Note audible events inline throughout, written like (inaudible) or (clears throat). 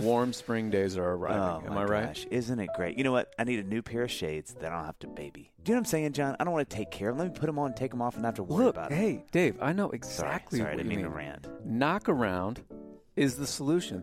warm spring days are arriving. oh Am my I right? gosh, isn't it great? You know what? I need a new pair of shades that I don't have to baby. Do you know what I'm saying, John? I don't want to take care of them. Let me put them on, take them off, and not have to worry Look, about it. hey, Dave, I know Sorry, exactly sorry, I what didn't you mean mean. to rant. Knock around is the solution.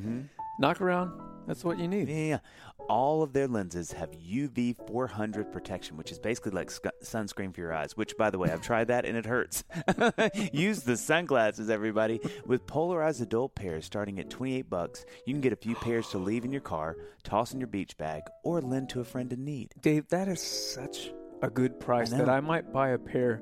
Knock around. That's what you need. (laughs) Yeah. All of their lenses have UV 400 protection, which is basically like sc- sunscreen for your eyes, which, by the way, I've tried that and it hurts. (laughs) Use the sunglasses, everybody. With polarized adult pairs starting at 28 bucks, you can get a few pairs to leave in your car, toss in your beach bag, or lend to a friend in need. Dave, that is such a good price I know. that I might buy a pair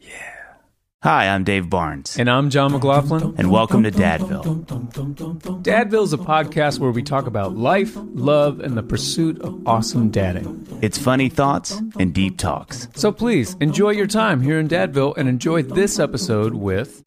Yeah. Hi, I'm Dave Barnes, and I'm John McLaughlin. and welcome to Dadville. Dadville is a podcast where we talk about life, love, and the pursuit of awesome dadding. It's funny thoughts and deep talks. So please enjoy your time here in Dadville and enjoy this episode with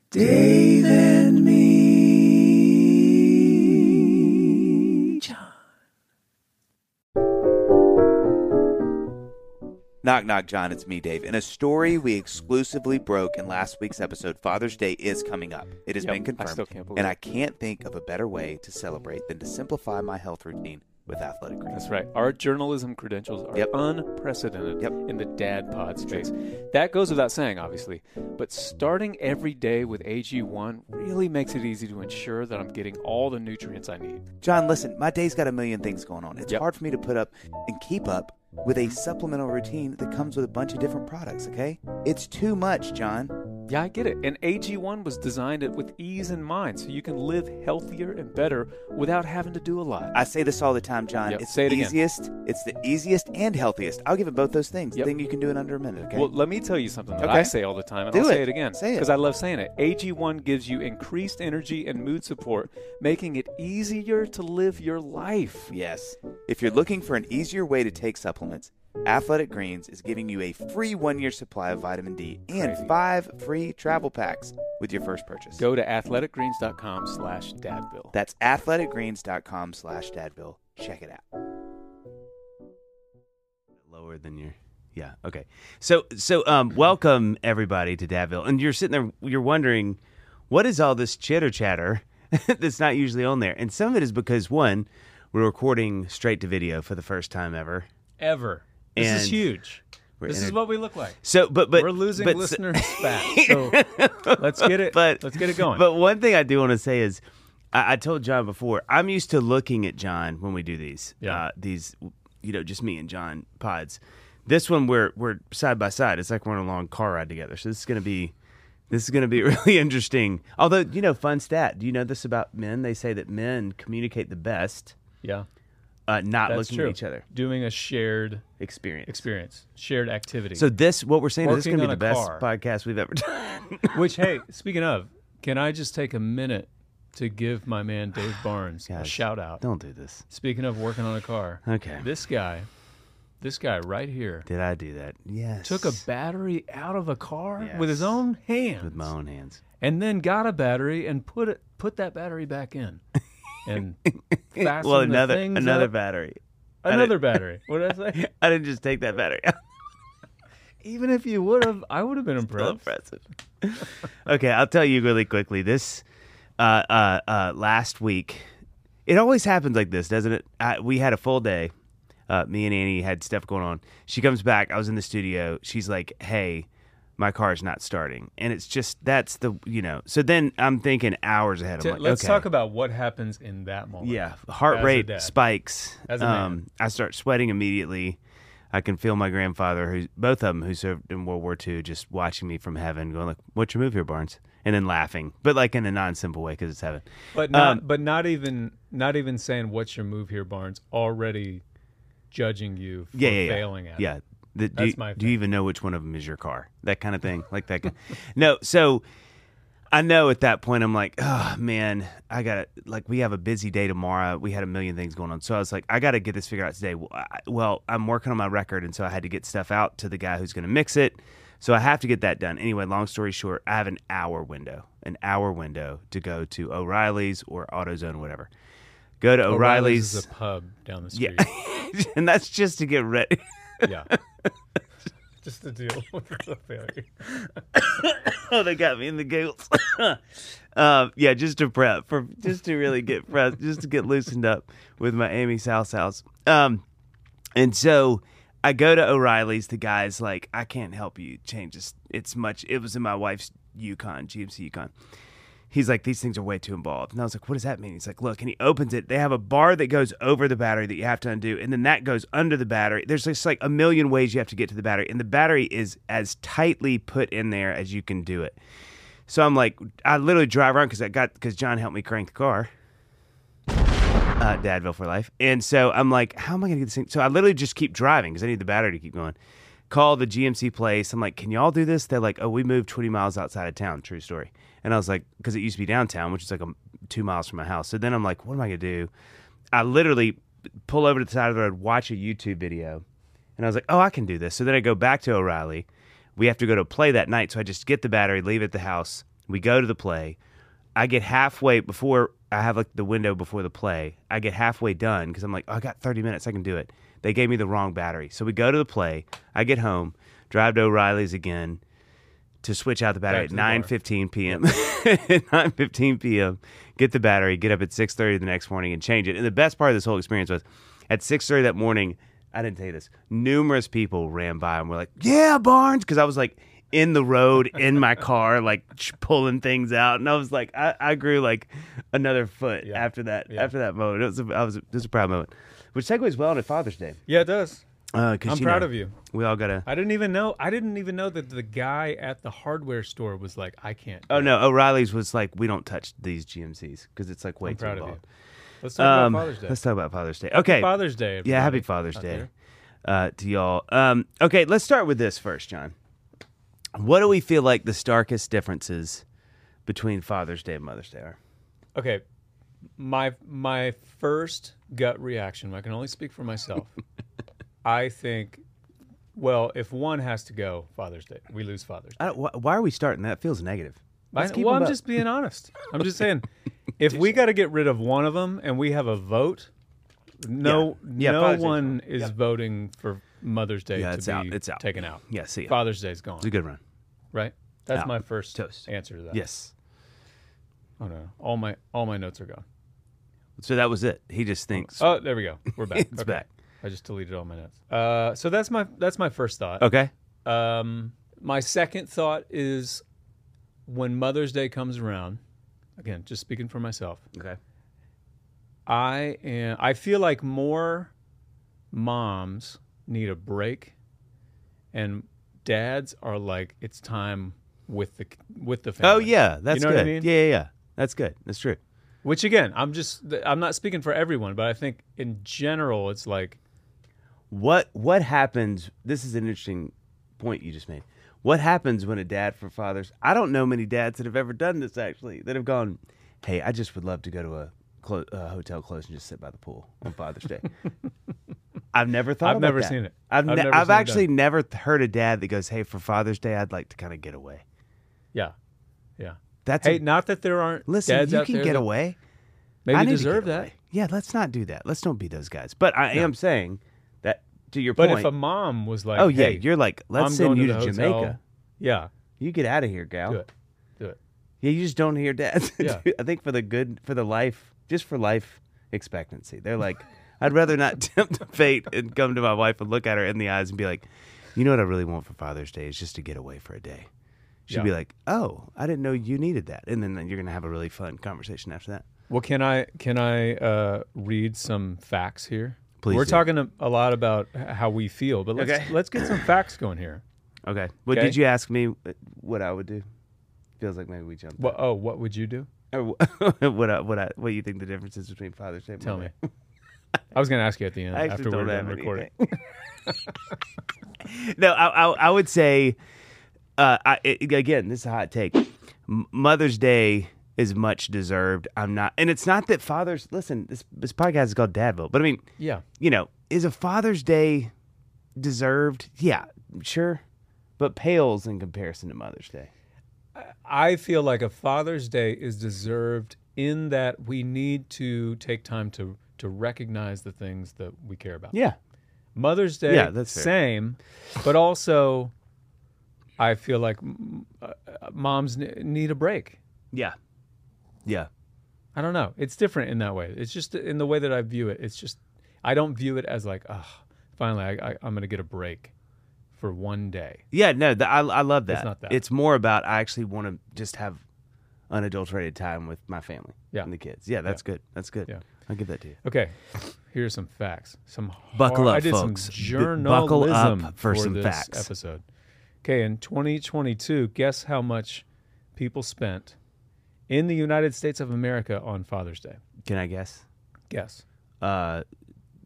Knock, knock, John, it's me, Dave. And a story we exclusively broke in last week's episode, Father's Day is coming up. It has Yep, been I confirmed. still can't believe and it. I can't think of a better way to celebrate than to simplify my health routine with athletic greens. That's right. Our journalism credentials are Yep. unprecedented Yep. in the dad pod space. That goes without saying, obviously. But starting every day with AG1 really makes it easy to ensure that I'm getting all the nutrients I need. John, listen, my day's got a million things going on. It's Yep. hard for me to put up and keep up with a supplemental routine that comes with a bunch of different products, okay? It's too much, John. Yeah, I get it. And AG1 was designed it with ease in mind so you can live healthier and better without having to do a lot. I say this all the time, John. Yep, It's say it the again. easiest. It's the easiest and healthiest. I'll give it both those things. Yep. Then you can do it under a minute, okay? Well, let me tell you something that Okay. I say all the time, and Do I'll say it. it again Say it. because I love saying it. AG1 gives you increased energy and mood support, making it easier to live your life. Yes. If you're looking for an easier way to take supplements, Athletic Greens is giving you a free one year supply of vitamin D and Crazy. five free travel packs with your first purchase. Go to athleticgreens.com slash dadbill. That's athleticgreens.com slash dadbill. Check it out. lower than your yeah okay so so um welcome everybody to dadville and you're sitting there you're wondering what is all this chitter chatter (laughs) that's not usually on there and some of it is because one we're recording straight to video for the first time ever ever. This is And huge. We're This enter- is what we look like. so but but We're losing but, (laughs) listeners back. So let's get it. but let's get it going. but one thing i do want to say is I, I told john before i'm used to looking at john when we do these Yeah. uh, these you know just me and john pods this one we're we're side by side it's like we're on a long car ride together so this is going to be this is going to be (laughs) really interesting although you know fun stat do you know this about men they say that men communicate the best yeah, uh, not that's looking true. at each other doing a shared experience experience, shared activity. so this what we're saying is this is Working going to be on the a best car. podcast we've ever (laughs) done which, hey, speaking of, can I just take a minute to give my man Dave Barnes a Guys, shout out? don't do this Speaking of working on a car, Okay. this guy, this guy right here, did i do that yes took a battery out of a car with his Yes. own hands. with my own hands and then got a battery and put it (laughs) put that battery back in and fastened well the another things another up. battery (laughs) Another battery. What did I say? (laughs) I didn't just take that battery. (laughs) Even if you would have, I would have been Still impressed. impressive. (laughs) okay, I'll tell you really quickly. This uh, uh, uh, last week, it always happens like this, doesn't it? I, we had a full day. Uh, me and Annie had stuff going on. She comes back. I was in the studio. She's like, "Hey, my car's not starting," and it's just that's the you know. So then I'm thinking hours ahead. T- I'm like, Let's okay. talk about what happens in that moment. Yeah, heart As a rate dad. spikes. um, As a man. I start sweating immediately. I can feel my grandfather, who both of them, who served in World War II, just watching me from heaven, going like, "What's your move here, Barnes?" and then laughing, but like in a non-simple way because it's heaven. But not Um, but not even not even saying what's your move here, Barnes, already judging you for Yeah, yeah, yeah. failing at it. yeah. The- do, That's you- my do you even know which one of them is your car? That kind of thing, like that. kind- (laughs) no, so I know at that point I'm like, oh man, I gotta like we have a busy day tomorrow. We had a million things going on, so I was like, I gotta get this figured out today. Well, I, well, I'm working on my record, and so I had to get stuff out to the guy who's gonna mix it. So I have to get that done. Anyway, long story short, I have an hour window, an hour window to go to O'Reilly's or AutoZone, whatever. Go to O'Reilly's, O'Reilly's is a pub down the Yeah. street. (laughs) (laughs) and that's just to get ready. Yeah. (laughs) Just to deal (laughs) with the failure. oh, (laughs) they got me in the goats. (laughs) um, yeah, just to prep for just to really get pressed, just to get loosened up with my Amy South house. Um, and so I go to O'Reilly's. The guy's like, I can't help you change this. It's much. It was in my wife's Yukon, GMC Yukon. He's like, these things are way too involved. And I was like, what does that mean? He's like, look. And he opens it. They have a bar that goes over the battery that you have to undo. And then that goes under the battery. There's just like a million ways you have to get to the battery. And the battery is as tightly put in there as you can do it. So I'm like, I literally drive around because I got, because John helped me crank the car uh, Dadville for life. And so I'm like, how am I going to get this thing? So I literally just keep driving because I need the battery to keep going. Call the GMC place. I'm like, can y'all do this? They're like, oh, we moved 20 miles outside of town. True story. And I was like, because it used to be downtown, which is like a, two miles from my house. So then I'm like, what am I going to do? I literally pull over to the side of the road, watch a YouTube video. And I was like, oh, I can do this. So then I go back to O'Reilly. We have to go to a play that night. So I just get the battery, leave it at the house. We go to the play. I get halfway before I have like the window before the play. I get halfway done because I'm like, oh, I got 30 minutes. I can do it. They gave me the wrong battery. So we go to the play. I get home, drive to O'Reilly's again to switch out the battery Back at to the bar. 9:15 p.m. (laughs) 9:15 p.m. Get the battery, get up at 6:30 the next morning and change it. And the best part of this whole experience was at 6:30 that morning, I didn't tell you this. Numerous people ran by and were like, "Yeah, Barnes," because I was like in the road in my car, like ch- pulling things out, and I was like, I, I grew like another foot Yeah. after that. Yeah. After that moment, it was a, I was it was a proud moment, which segues well into Father's Day. Yeah, it does. Uh, I'm proud of you. We all gotta. I didn't even know I didn't even know that the guy at the hardware store was like, I can't. do Oh it. no, O'Reilly's was like, we don't touch these GMCs because it's like way (laughs) I'm too proud of you. involved. Let's talk Um, about Father's Day. Let's talk about Father's Day. Okay. Father's Day. yeah, happy everybody. Father's out Day there. uh, to y'all. Um, okay, let's start with this first, John. What do we feel like the starkest differences between Father's Day and Mother's Day are? Okay. My my first gut reaction, I can only speak (laughs) for myself. I think well, if one has to go, Father's Day. We lose Father's Day. I don't, wh- why are we starting that? Feels negative. Let's I- keep well, them I'm up. just being honest. I'm (laughs) just saying, if we got to get rid of one of them and we have a vote, no, Yeah. Yeah, no Father's Day's one is voting for Mother's Day Yeah, to it's be out. It's out. taken out. Yeah, see, ya. Father's Day's gone, it's a good run. right? That's Out. my first Toast. answer to that. Yes. Oh no, all my all my notes are gone. So that was it. He just thinks. Oh, there we go. We're back. (laughs) It's Okay. back. I just deleted all my notes. Uh, so that's my that's my first thought. Okay. Um, my second thought is when Mother's Day comes around. Again, just speaking for myself. Okay. I am, I feel like more moms need a break, and dads are like, it's time with the with the family. Oh yeah, that's know what I good. mean? Yeah, yeah, yeah. That's good. That's true. Which again, I'm just th- I'm not speaking for everyone, but I think in general, it's like what what happens this is an interesting point you just made what happens when a dad for fathers i don't know many dads that have ever done this actually that have gone hey i just would love to go to a, clo- a hotel close and just sit by the pool on father's (laughs) day i've never thought I've about never that. seen it. i've, I've ne- never I've seen it actually never th- heard a dad that goes hey for father's day i'd like to kind of get away yeah, yeah. that's Hey, a, not that there aren't listen dads you out can there get that away Maybe I need to deserve get that. away. Yeah, let's not do that. Let's don't be those guys. But I am saying that to your But point. if a mom was like, oh yeah, "Hey, you're like, let's I'm send going you to to, the Jamaica. hotel." yeah, You get out of here, gal. do it, do it." Yeah, you just don't hear (laughs) dads. Yeah. I think for the good, for the life, just for life expectancy, they're like, I'd rather not (laughs) tempt fate and come to my wife and look at her in the eyes and be like, you know what I really want for Father's Day is just to get away for a day. She'd Yeah. be like, oh, I didn't know you needed that. And then you're going to have a really fun conversation after that. Well, can I can I uh, read some facts here? Please We're do. talking a, a lot about h- how we feel, but let's Okay. let's get some facts going here. Okay. Well, Okay. did you ask me uh, what I would do? Feels like maybe we jumped. What, oh, what would you do? Or wh- (laughs) what, I, what, I, what you think the difference is between Father's Day and (laughs) Tell Mother's me. I was going to ask you at the end I after actually we we're don't done have recording. anything. (laughs) no, I, I, I would say, uh, I, it- again, this is a hot take. M- Mother's Day is much deserved. I'm not, and it's not that fathers. Listen, this this podcast is called Dadville, but I mean, Yeah, you know, is a Father's Day deserved? Yeah, sure, but pales in comparison to Mother's Day. I feel like a Father's Day is deserved in that we need to take time to to recognize the things that we care about. Yeah, Mother's Day, Yeah, that's fair. same, but also I feel like mm, uh, uh, moms ne- need a break. yeah, yeah. I don't know. It's different in that way. It's just in the way that I view it. It's just I don't view it as like, oh, finally I, I, I'm gonna get a break for one day. Yeah, no, th I I love that. not that. It's more about I actually want to just have unadulterated time with my family Yeah. and the kids. Yeah, that's good. That's good. Yeah. I'll give that to you. Okay, here's some facts. Some Buckle hard- up, I did folks. some B- buckle up journalism for some this facts. episode. Okay, in 2022, guess how much people spent in the United States of America on Father's Day? Can I guess? Guess. Uh,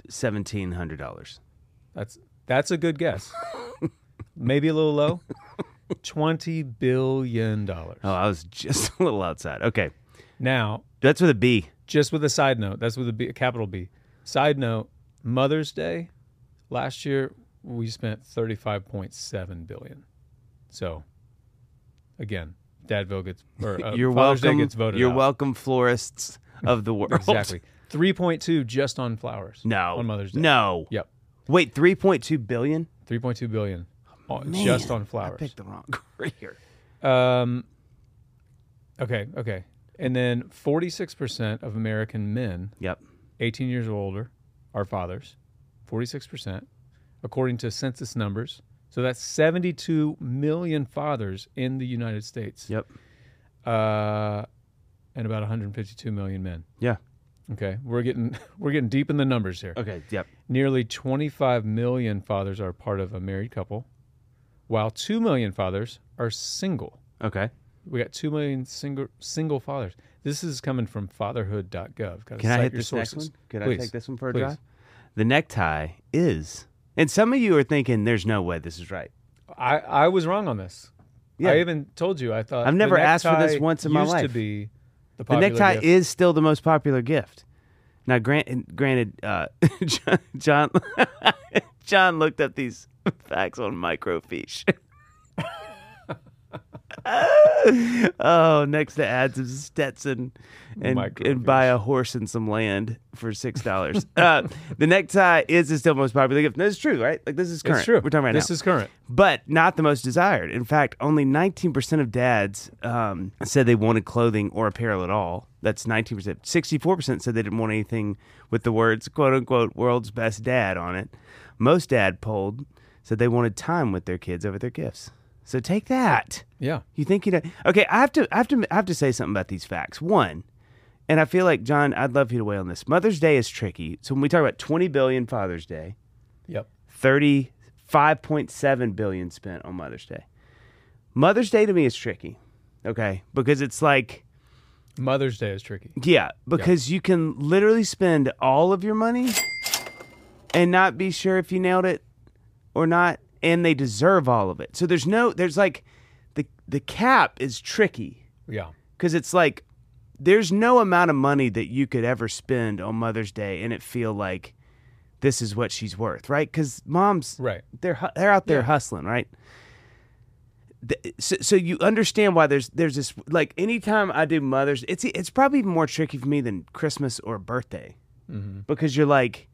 seventeen hundred dollars. That's that's a good (laughs) guess. Maybe a little low. Twenty billion dollars. Oh, I was (laughs) just a little outside. Okay, Now, that's with a B. just with a side note, that's with a, B, a capital B. Side note: Mother's Day last year we spent thirty-five point seven billion. So, again, Dadville gets (laughs) or uh, You're Father's welcome. Day gets voted. You're out. welcome, florists of the world. Exactly. Three point two just on flowers. (laughs) No. on Mother's Day. No. Yep. Wait, three point two billion. Three point two billion. on- just Oh, Man, on I flowers. picked the wrong (laughs) career. Um, okay, okay. And then 46% of American men, Yep. 18 years or older, are fathers. 46%, according to census numbers. So that's 72 million fathers in the United States. Yep. Uh, and about 152 million men. Yeah. Okay, we're getting (laughs) we're getting deep in the numbers here. Okay. Yep. Nearly 25 million fathers are part of a married couple, while 2 million fathers are single. Okay. We got two million single single fathers. This is coming from fatherhood.gov. Gotta Can cite I hit your this next sources. one? Can I Please. take this one for a Please. drive? The necktie is, and some of you are thinking, "There's no way this is right." I, I was wrong on this. Yeah. I even told you I thought I've the never asked for this necktie once in my used life. To be the, The popular necktie gift. is still the most popular gift. Now, grant, and granted, uh, (laughs) John John, (laughs) John looked up these facts on microfiche. (laughs) oh, next to ads is Stetson, and and Microfiche. buy a horse and some land for six dollars. uh, the necktie is the still most popular gift. This is true, right? Like this is current. it's true. We're talking right now This is current. but not the most desired. In fact, only 19% of dads um, said they wanted clothing or apparel at all. That's 19%. 64% said they didn't want anything with the words, quote unquote, world's best dad on it. Most dad polled said they wanted time with their kids over their gifts. So take that. Yeah. You think you know? Okay, I have to, I have to, I have to say something about these facts. One, and I feel like John, I'd love you to weigh on this. Mother's Day is tricky. So when we talk about 20 billion Father's Day, Yep. 35.7 billion spent on Mother's Day. Mother's Day to me is tricky. Okay? Because it's like Mother's Day is tricky. yeah, because you can literally spend all of your money and not be sure if you nailed it or not and they deserve all of it. So there's no there's like the the cap is tricky Yeah. cuz it's like there's no amount of money that you could ever spend on Mother's Day and it feel like this is what she's worth, right? Cuz moms Right. they're hu- they're out there hustling, right? Th- So, so you understand why there's there's this like anytime I do mothers, it's it's probably even more tricky for me than Christmas or birthday because you're like,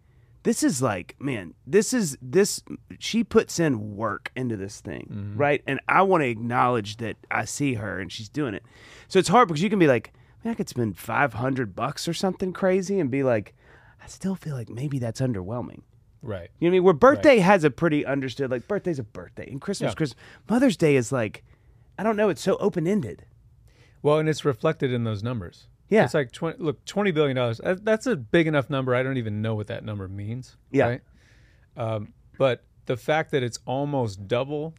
this is like, man, this is this. She puts in work into this thing, right? And I want to acknowledge that I see her and she's doing it. So it's hard because you can be like, man, I could spend five hundred bucks or something crazy and be like, I still feel like maybe that's underwhelming. Right. You know what I mean? Where birthday has a pretty understood, like birthday's a birthday, and Christmas, Yeah. Christmas, Mother's Day is like, I don't know, it's so open ended. Well, and it's reflected in those numbers. Yeah. It's like 20, look, twenty billion dollars. That's a big enough number. I don't even know what that number means. Yeah. Right? Um, but the fact that it's almost double,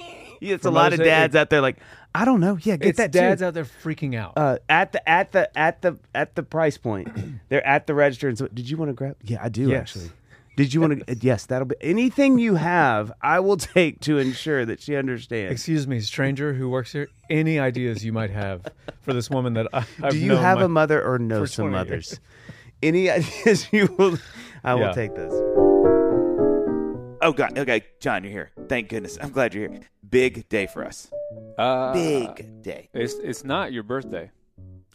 Yeah, (laughs) it's For a lot Mother's of Day, dads out there like, I don't know, yeah, get it's that dads too. out there freaking out. Uh, at the at the at the at the price point, (clears throat) they're at the register. And so, did you want to grab? Yeah, I do Yes. actually. Did you want to? (laughs) yes, that'll be anything you have. I will take to ensure that she understands. Excuse me, stranger who works here. Any ideas you might have for this woman that I, I've do you known have my- a mother or know for some 20 years. mothers? (laughs) Any ideas you (laughs) will? I will Yeah. take this. Oh God. Okay, John, you're here. Thank goodness. I'm glad you're here. Big day for us. Uh, Big day. It's it's not your birthday,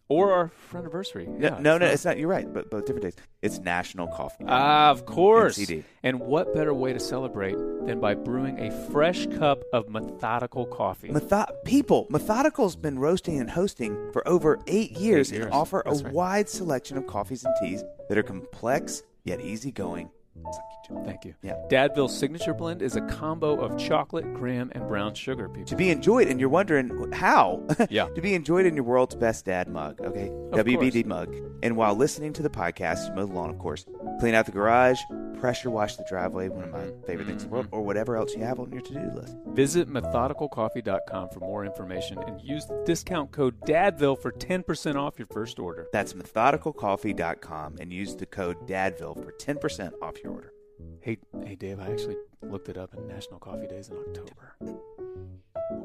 or our anniversary. No, Yeah, no, it's no, not. it's not. You're right, but both different days. It's National Coffee. Ah, of course. MCD. And what better way to celebrate than by brewing a fresh cup of methodical coffee? Metho- people, Methodical's been roasting and hosting for over eight years, Eight years. and offer That's a right. wide selection of coffees and teas that are complex yet easygoing. It's like you do. Thank you. Yeah. Dadville's signature blend is a combo of chocolate, graham, and brown sugar. People. To be enjoyed, and you're wondering how. (laughs) Yeah. to be enjoyed in your world's best dad mug, okay? Of WBD mug. And while listening to the podcast, you mow the lawn, of course, clean out the garage, pressure wash the driveway, one of my Mm-hmm. favorite things in the world, or whatever else you have on your to do list. Visit methodicalcoffee.com for more information and use the discount code DADVILLE for 10% off your first order. That's methodicalcoffee.com and use the code DADVILLE for 10% off your order. Hey, hey, Dave, I actually looked it up, and National Coffee Day is in October.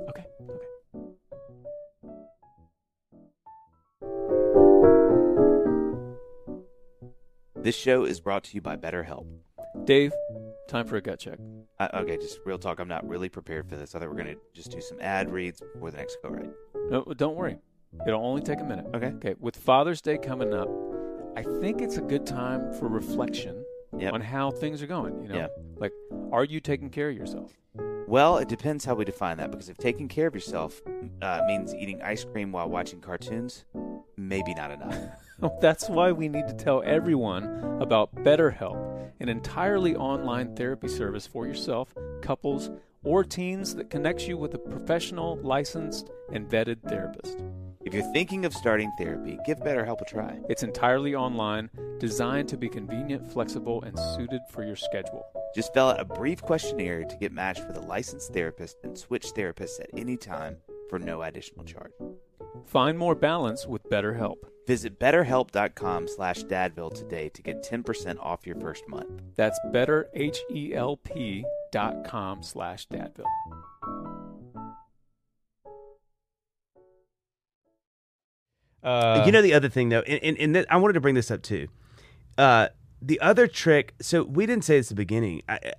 Okay, okay. This show is brought to you by BetterHelp. Dave, time for a gut check. I, okay, just real talk. I'm not really prepared for this. I thought we were going to just do some ad reads before the next go right. No, don't worry. It'll only take a minute. Okay. Okay. With Father's Day coming up, I think it's a good time for reflection Yep. on how things are going. You know, Yep. like, are you taking care of yourself? Well, it depends how we define that because if taking care of yourself uh, means eating ice cream while watching cartoons, maybe not enough. That's why we need to tell everyone about BetterHelp, an entirely online therapy service for yourself, couples, or teens that connects you with a professional, licensed, and vetted therapist. if you're thinking of starting therapy, give BetterHelp a try. It's entirely online, designed to be convenient, flexible, and suited for your schedule. Just fill out a brief questionnaire to get matched with a licensed therapist and switch therapists at any time for no additional charge. Find more balance with BetterHelp. Visit betterhelp.com slash dadville today to get 10% off your first month. That's E betterhelp.com slash dadville. Uh, you know the other thing though, and and, and th- I wanted to bring this up too. Uh, the other trick. So we didn't say this at the beginning. I I-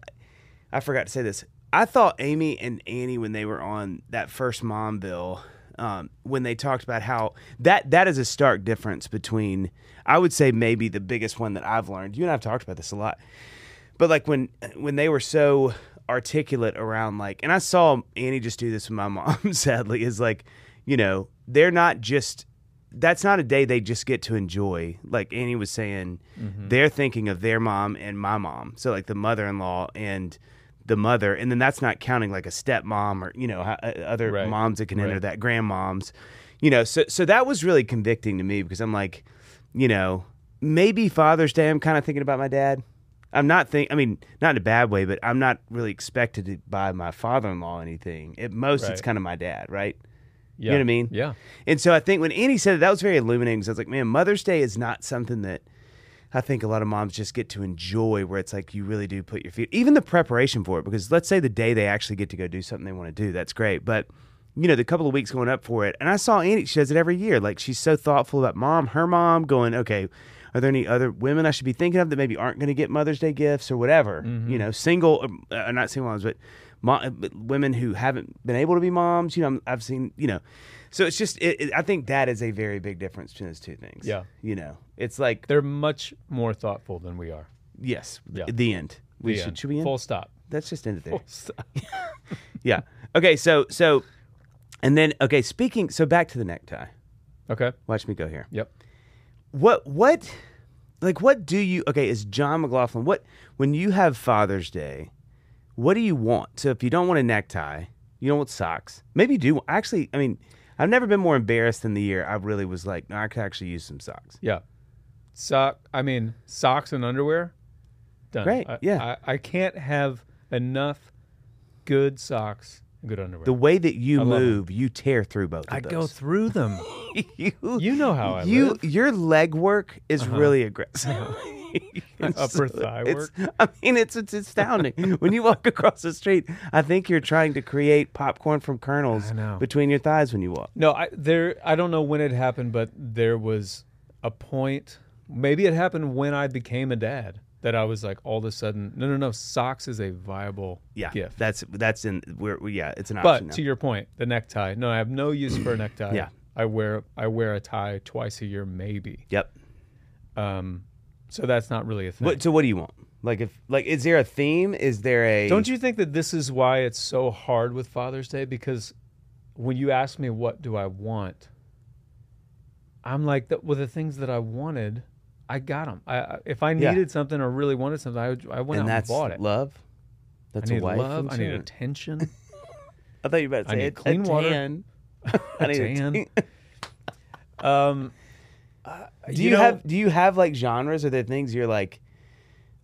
I forgot to say this. I thought Amy and Annie when they were on that first mom bill. Um, when they talked about how that that is a stark difference between, I would say maybe the biggest one that I've learned. You and I've talked about this a lot, but like when when they were so articulate around like and i saw annie just do this with my (laughs) mom sadly is like you know they're not just that's not a day they just get to enjoy like annie was saying they're thinking of their mom and my mom so like the mother-in-law and the mother and then that's not counting like a stepmom or you know ho- uh, other Right. moms that can enter Right. that grandmoms you know so so that was really convicting to me because i'm like you know maybe father's day i'm kind of thinking about my dad I'm not think. I mean, not in a bad way, but I'm not really expected to buy my father-in-law anything. At most, it's Right. kind of my dad, right? yeah. know what I mean? Yeah. And so I think when Annie said it, that was very illuminating. 'cause I was like, man, Mother's Day is not something that I think a lot of moms just get to enjoy, where it's like you really do put your feet, even the preparation for it. Because let's say the day they actually get to go do something they want to do, that's great. But you know, the couple of weeks going up for it, and I saw Annie. She does it every year. Like she's so thoughtful about mom, her mom, going, okay. Are there any other women I should be thinking of that maybe aren't going to get Mother's Day gifts or whatever? You know, single, uh, um, not single moms, but mo- women who haven't been able to be moms. You know, I'm, I've seen, you know, so it's just, it, it, I think that is a very big difference between those two things. Yeah. You know, it's like, They're much more thoughtful than we are. yes, Yeah. the end. We The should, end. should we end? (laughs) Full stop. Let's just end it there. Full stop. Yeah. Okay. So, so, and then, okay, speaking, so back to the necktie. Okay. Watch me go here. Yep. what what like what do you okay is john mclaughlin what when you have father's day what do you want so if you don't want a necktie you don't want socks maybe you do actually i mean i've never been more embarrassed than the year i really was like no, i could actually use some socks Yeah. Sock. I mean, socks and underwear. Done. Great, I, yeah. I, I can't have enough good socks and good underwear. the way that you I love it. move you tear through both of I go those through them. (laughs) you, you know how I you live. Uh-huh. your leg work is really (laughs) aggressive (laughs) And Upper thigh it's- I mean, it's it's (laughs) astounding when you walk across the street. I think you're trying to create popcorn from kernels I know. between your thighs when you walk. No, I there. I don't know when it happened, but there was a point. Maybe it happened when I became a dad that I was like, all of a sudden, no, no, no. Socks is a viable Yeah, gift. that's that's in where we- yeah, it's an but option. now. to your point, the necktie. No, I have no use (clears throat) for a necktie. Yeah. I wear I wear a tie twice a year, maybe. yep. Um, so that's not really a thing. What, so what do you want? Like if like is there a theme? Is there a Don't you think that this is why it's so hard with Father's Day? Because when you ask me what do I want, I'm like, that- well, the things that I wanted, I got them. I, I- if I Yeah. needed something or really wanted something, I, would- I went and out and that's bought it. love. I That's need a wife. love. and I need children. attention. I thought you were about I to say need it- a clean water. (laughs) tan. (laughs) I a need a tan. tan. (laughs) um, Do Uh, you, know- have do you have like genres or there things you're like,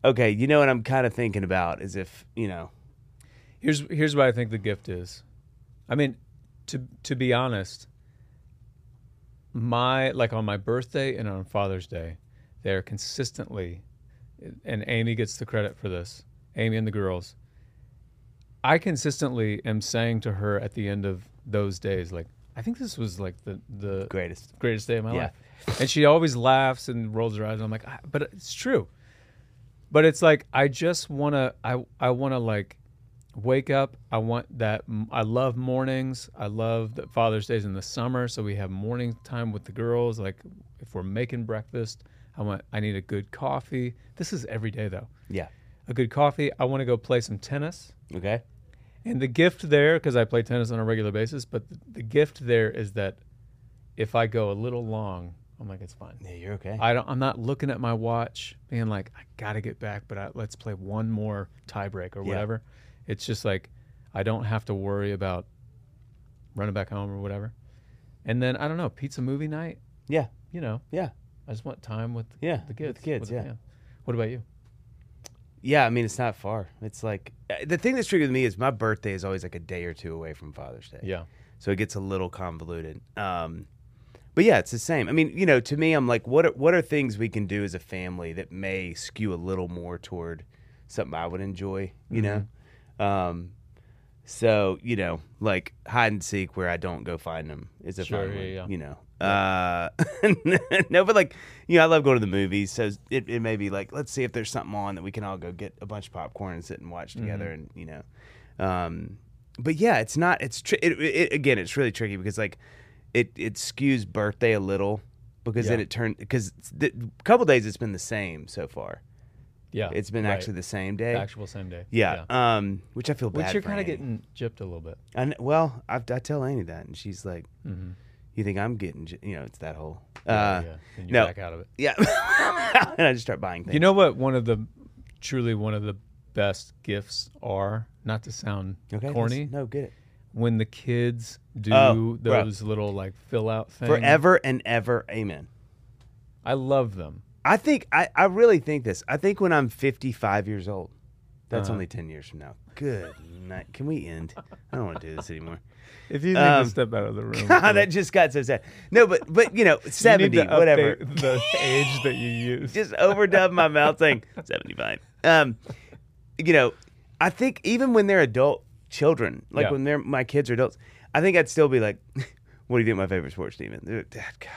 okay, you know what I'm kind of thinking about is if you know Here's here's what I think the gift is. I mean, to to be honest, my like on my birthday and on Father's Day, they're consistently and Amy gets the credit for this. Amy and the girls. I consistently am saying to her at the end of those days like I think this was like the the greatest. greatest day of my Yeah. life. And she always laughs and rolls her eyes. And I'm like, "Ah," but it's true. But it's like I just wanna, I I wanna like wake up. I want that. I love mornings. I love that Father's Day's in the summer, so we have morning time with the girls. Like if we're making breakfast, I want. I need a good coffee. This is every day though. Yeah. A good coffee. I want to go play some tennis. Okay. And the gift there, because I play tennis on a regular basis, but th- the gift there is that if I go a little long, I'm like, it's fine. Yeah, you're okay. I don't, I'm not looking at my watch, being like, I gotta get back, but I, let's play one more tiebreak or whatever. It's just like I don't have to worry about running back home or whatever. And then I don't know, pizza movie night. Yeah. you know, Yeah. I just want time with Yeah, the with kids. kids, yeah. What about you? Yeah, I mean it's not far. It's like uh, the thing that's triggered me is my birthday is always like a day or two away from Father's Day. Yeah, So it gets a little convoluted. Um, but yeah, it's the same. I mean, you know, to me, I'm like, what are, what are things we can do as a family that may skew a little more toward something I would enjoy, you know? Um, so, you know, like hide and seek where I don't go find them is a Sure, fun yeah, one, yeah. you know. Uh, (laughs) no, but like, you know, I love going to the movies. So it, it may be like, let's see if there's something on that we can all go get a bunch of popcorn and sit and watch Mm-hmm. together and, you know. Um, but yeah, it's not. It's tri- it, it, again, it's really tricky because like it it skews birthday a little because then Yeah. it turned because the a couple days it's been the same so far. yeah. It's been right. actually the same day. the actual same day. yeah, Um, which I feel bad. Which you're for kind of Annie. getting gypped a little bit. I kn- well, I, I tell Annie that, and she's like, Mm-hmm. "You think I'm getting? j- You know, it's that whole." Uh, Yeah, yeah. yeah. And you no. back out of it. (laughs) and I just start buying things. You know what? One of the truly one of the best gifts are not to sound okay, that's- corny No, get it. when the kids do Oh, bro. those little like fill out things. Forever and ever, amen. I love them. I think I, I really think this. I think when I'm 55 years old, that's Uh-huh. only 10 years from now. Good night. Can we end? I don't want to do this anymore. If you need Um, to step out of the (laughs) (laughs) room, that just got so sad. No, but but you know, 70, whatever. (laughs) The age that (laughs) you (laughs) use. Just overdub my mouth saying 75. Um, you know, I think even when they're adult children, like Yeah. when they're (laughs) my kids are adults, I think I'd still be like, "What do you think my favorite sports team is?" They're like, Dad, God,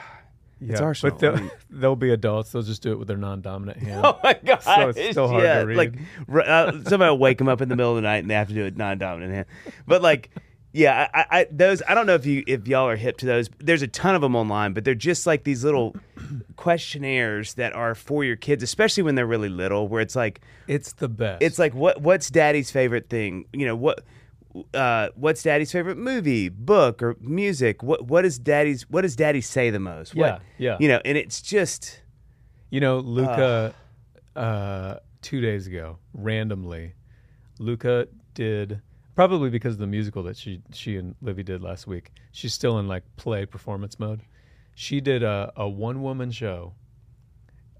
Yeah, Arsenal, But they'll, I mean- they'll be adults. They'll just do it with their (laughs) non-dominant (laughs) hand. Oh my god! So it's so hard to yeah, read. Like r- uh, somehow wake them up in the middle of the night and they have to do it non-dominant hand. But like, yeah, I, I- I those I don't know if you if y'all are hip to those. There's a ton of them online, but they're just like these little questionnaires that are for your kids, especially when they're really little, where it's like It's the best. it's like what what's daddy's favorite thing? You know what. Uh, what's daddy's favorite movie, book, or music? What what is daddy's what does daddy say the most? What, Yeah, yeah. You know, and it's just you know Luca. uh, two days ago, randomly, Luca did probably because of the musical that she she and Livy did last week. She's still in like play performance mode. She did a, a one woman show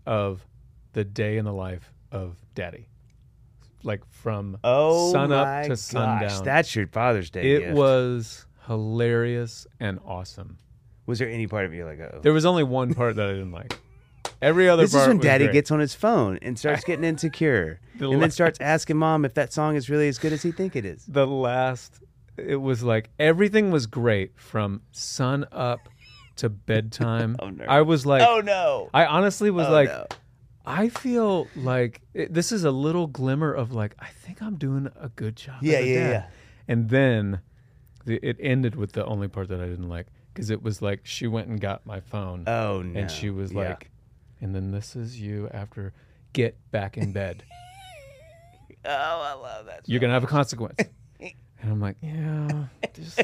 of the day in the life of Daddy, like from oh sun my up to gosh, sundown. That's your Father's Day. it gift. was hilarious and awesome. Was there any part of you like, oh? There was only one part that I didn't like. Every other This part is when was Daddy great. gets on his phone and starts getting insecure, (laughs) The and la- then starts asking Mom if that song is really as good as he think it is. the last. It was like everything was great from sun up to bedtime. (laughs) Oh, no. I was (laughs) like, oh no! I honestly was Oh, like, no. I feel like it, this is a little glimmer of like I think I'm doing a good job. as Yeah, a yeah, dad. yeah. And then the, it ended with the only part that I didn't like because it was like she went and got my phone. Oh no! and she was Yeah. like, and then this is you after get back in bed. "Oh, I love that." You're gonna have (laughs) a consequence. And I'm like, yeah, just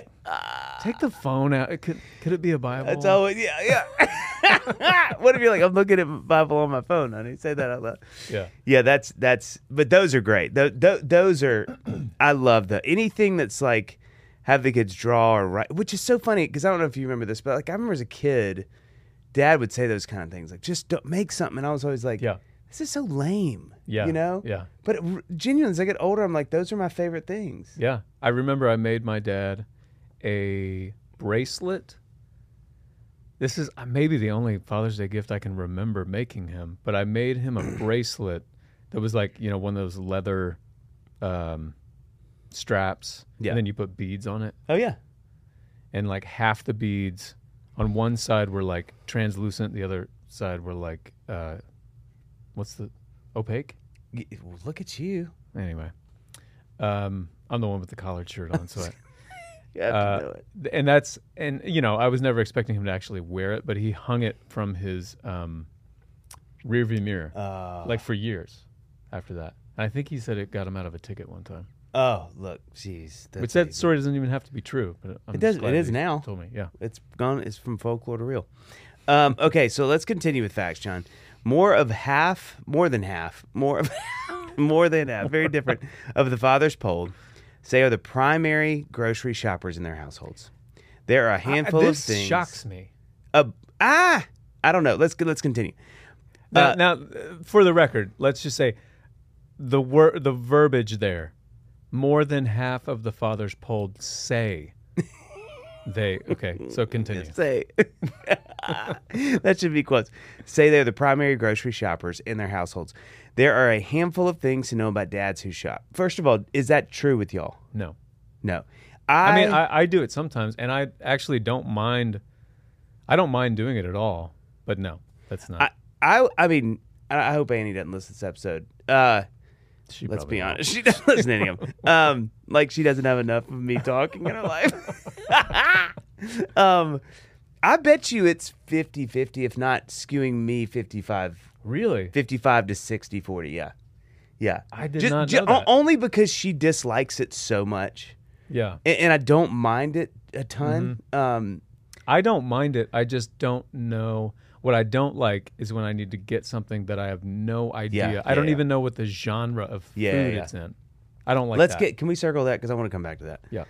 take the phone out. It could could it be a Bible? That's always yeah, yeah. (laughs) what if you're like, I'm looking at my Bible on my phone, honey? Say that out loud. yeah. Yeah, that's that's. But those are great. Those, those are. I love the anything that's like have the kids draw or write, which is so funny because I don't know if you remember this, but like I remember as a kid, Dad would say those kind of things, like just don't make something, and I was always like, Yeah. this is so lame. Yeah, you know. yeah. But it, genuinely, as I get older, I'm like, those are my favorite things. Yeah. I remember I made my dad a bracelet. This is uh, maybe the only Father's Day gift I can remember making him, but I (clears throat) made him a bracelet that was like, you know, one of those leather um, straps. Yeah. And then you put beads on it. Oh yeah. And like half the beads on one side were like translucent, the other side were like, uh, what's the opaque? Y- well, Look at you. Anyway, um, I'm the one with the collared shirt (laughs) on, so I. You have Uh, to know it. Th- and that's and you know I was never expecting him to actually wear it, but he hung it from his um, rearview mirror Uh, like for years after that. And I think he said it got him out of a ticket one time, oh look, jeez. that's which a- that story doesn't even have to be true. But I'm It does- just glad it is he now. Told me, yeah. It's gone. It's from folklore to real. Um, okay, so let's continue with facts, John. More of half, more than half, more of, (laughs) more than half, very (laughs) different of the fathers polled say are the primary grocery shoppers in their households. There are a handful Uh, this of things. shocks me. Uh, ah, I don't know. Let's let's continue. Now, Uh, now, uh, for the record, let's just say the wor- the verbiage there. More than half of the fathers polled say (laughs) they. Okay, so continue. Say (laughs) that should be quotes. Say they're the primary grocery shoppers in their households. There are a handful of things to know about dads who shop. First of all, is that true with y'all? No. No. I I, mean, I, I do it sometimes, and I actually don't mind. I don't mind doing it at all. But no, that's not. I, I, I mean, I I hope Annie doesn't listen to this episode. Uh, she let's probably be won't. honest, she doesn't listen to any of them. Um, like she doesn't have enough of me talking in her life. (laughs) um, I bet you it's 50-50, if not skewing me 55, Really? 55 to 60, 40. Yeah, yeah. I did Ju- not ju- oh, know that. Only because she dislikes it so much, Yeah, and, and I don't mind it a ton. Mm-hmm. Um, I don't mind it. I just don't know. What I don't like is when I need to get something that I have no idea. yeah, I don't yeah. even know what the genre of Yeah, food yeah. it's in. I don't like. let's that. get. Can we circle that? Because I want to come back to that. Yeah.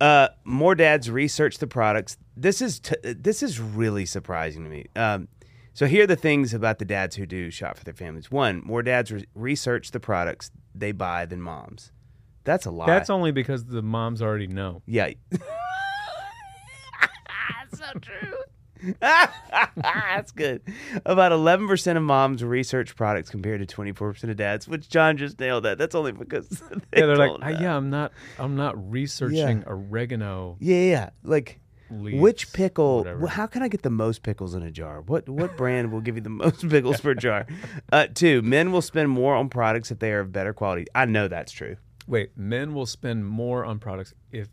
Uh, more dads research the products. This is t- this is really surprising to me. Um, so here are the things about the dads who do shop for their families. One, more dads re- research the products they buy than moms. That's a lie. That's only because the moms already know. (laughs) yeah. (laughs) so true. (laughs) That's good. About eleven percent of moms research products compared to twenty four percent of dads, which John just nailed that. That's only because (laughs) they yeah, they're like, don't "I- know. yeah, I'm not. I'm not researching oregano. Yeah, yeah, yeah. Like, leaves, Which pickle? whatever. wh- How can I get the most pickles in a jar? What what brand will give you the most (laughs) pickles per jar? Uh, two, men will spend more on products if they are of better quality. I know that's true. Wait, men will spend more on products if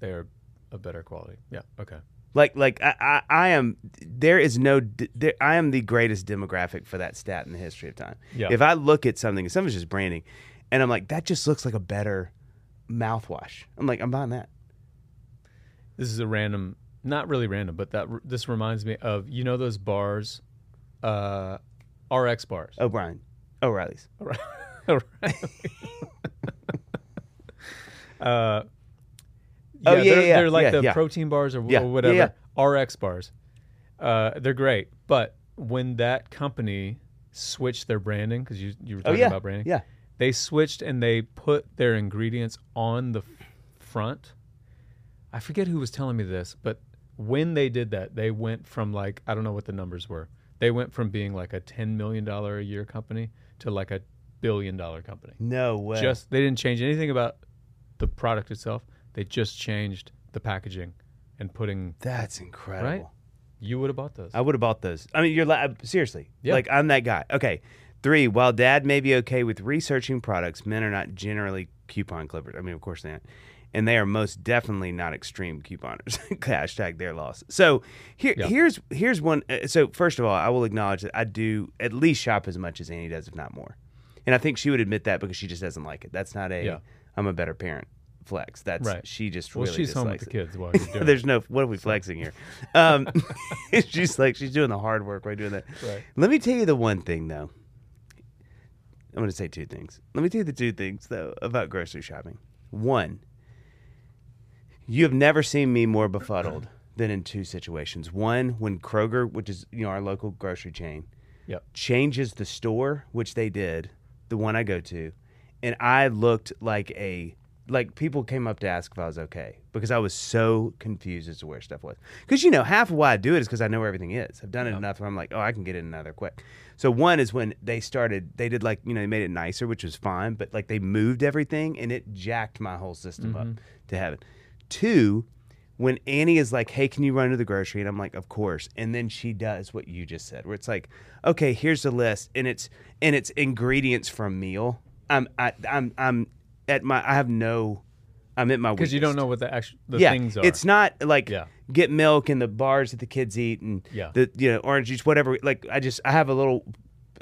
they are of better quality. Yeah. Okay. Like like I I, I am there is no d- there, I am the greatest demographic for that stat in the history of time. Yeah. If I look at something, and something's just branding, and I'm like that just looks like a better mouthwash. I'm like I'm buying that. This is a random, not really random, but that this reminds me of you know those bars, uh, RX bars. O'Brien, O'Reilly's. (laughs) uh, Oh, yeah, they're, yeah, they're like yeah, the yeah. protein bars or, wh- Yeah, or yeah, whatever RX bars. Uh, they're great, but when that company switched their branding, because you you were Oh talking yeah, about branding, yeah. they switched and they put their ingredients on the f- front. I forget who was telling me this, but when they did that, they went from like I don't know what the numbers were. They went from being like a ten million dollar a year company to like a billion dollar company. No way. Just they didn't change anything about the product itself. They just changed the packaging and putting. that's incredible. You would have bought those. I would have bought those. I mean, you're li- seriously. Yeah. Like I'm that guy. Okay. Three. While dad may be okay with researching products, men are not generally coupon clippers. I mean, of course not. And they are most definitely not extreme couponers. (laughs) Hashtag their loss. So here, Yeah. here's here's one. Uh, so first of all, I will acknowledge that I do at least shop as much as Annie does, if not more. And I think she would admit that because she just doesn't like it. That's not a. Yeah. am a better parent flex. That's Right. she just well, really she's home with dislikes the it. (laughs) kids while you're doing. it. There's no what are we flexing here? Um, (laughs) she's like she's doing the hard work by doing that. Right. Let me tell you the one thing though. I'm going to say two things. Let me tell you the two things though about grocery shopping. One, you have never seen me more befuddled than in two situations. One, when Kroger, which is you know our local grocery chain, Yep. changes the store, which they did, the one I go to, and I looked like a like people came up to ask if I was okay because I was so confused as to where stuff was. Because you know, half of why I do it is because I know where everything is. I've done it enough where I'm like, oh, I can get it another quick. So one is when they started, they did like you know they made it nicer, which was fine, but like they moved everything and it jacked my whole system up to heaven. Two, when Annie is like, "Hey, can you run to the grocery?" and I'm like, "Of course," and then she does what you just said, where it's like, "Okay, here's the list," and it's and it's ingredients from meal. I'm I, I'm I'm at my I have no, I'm at my Because you don't weakest. know what the actual the yeah, things are. it's not like Yeah. get milk and the bars that the kids eat and Yeah. the you know orange juice whatever. Like I just I have a little.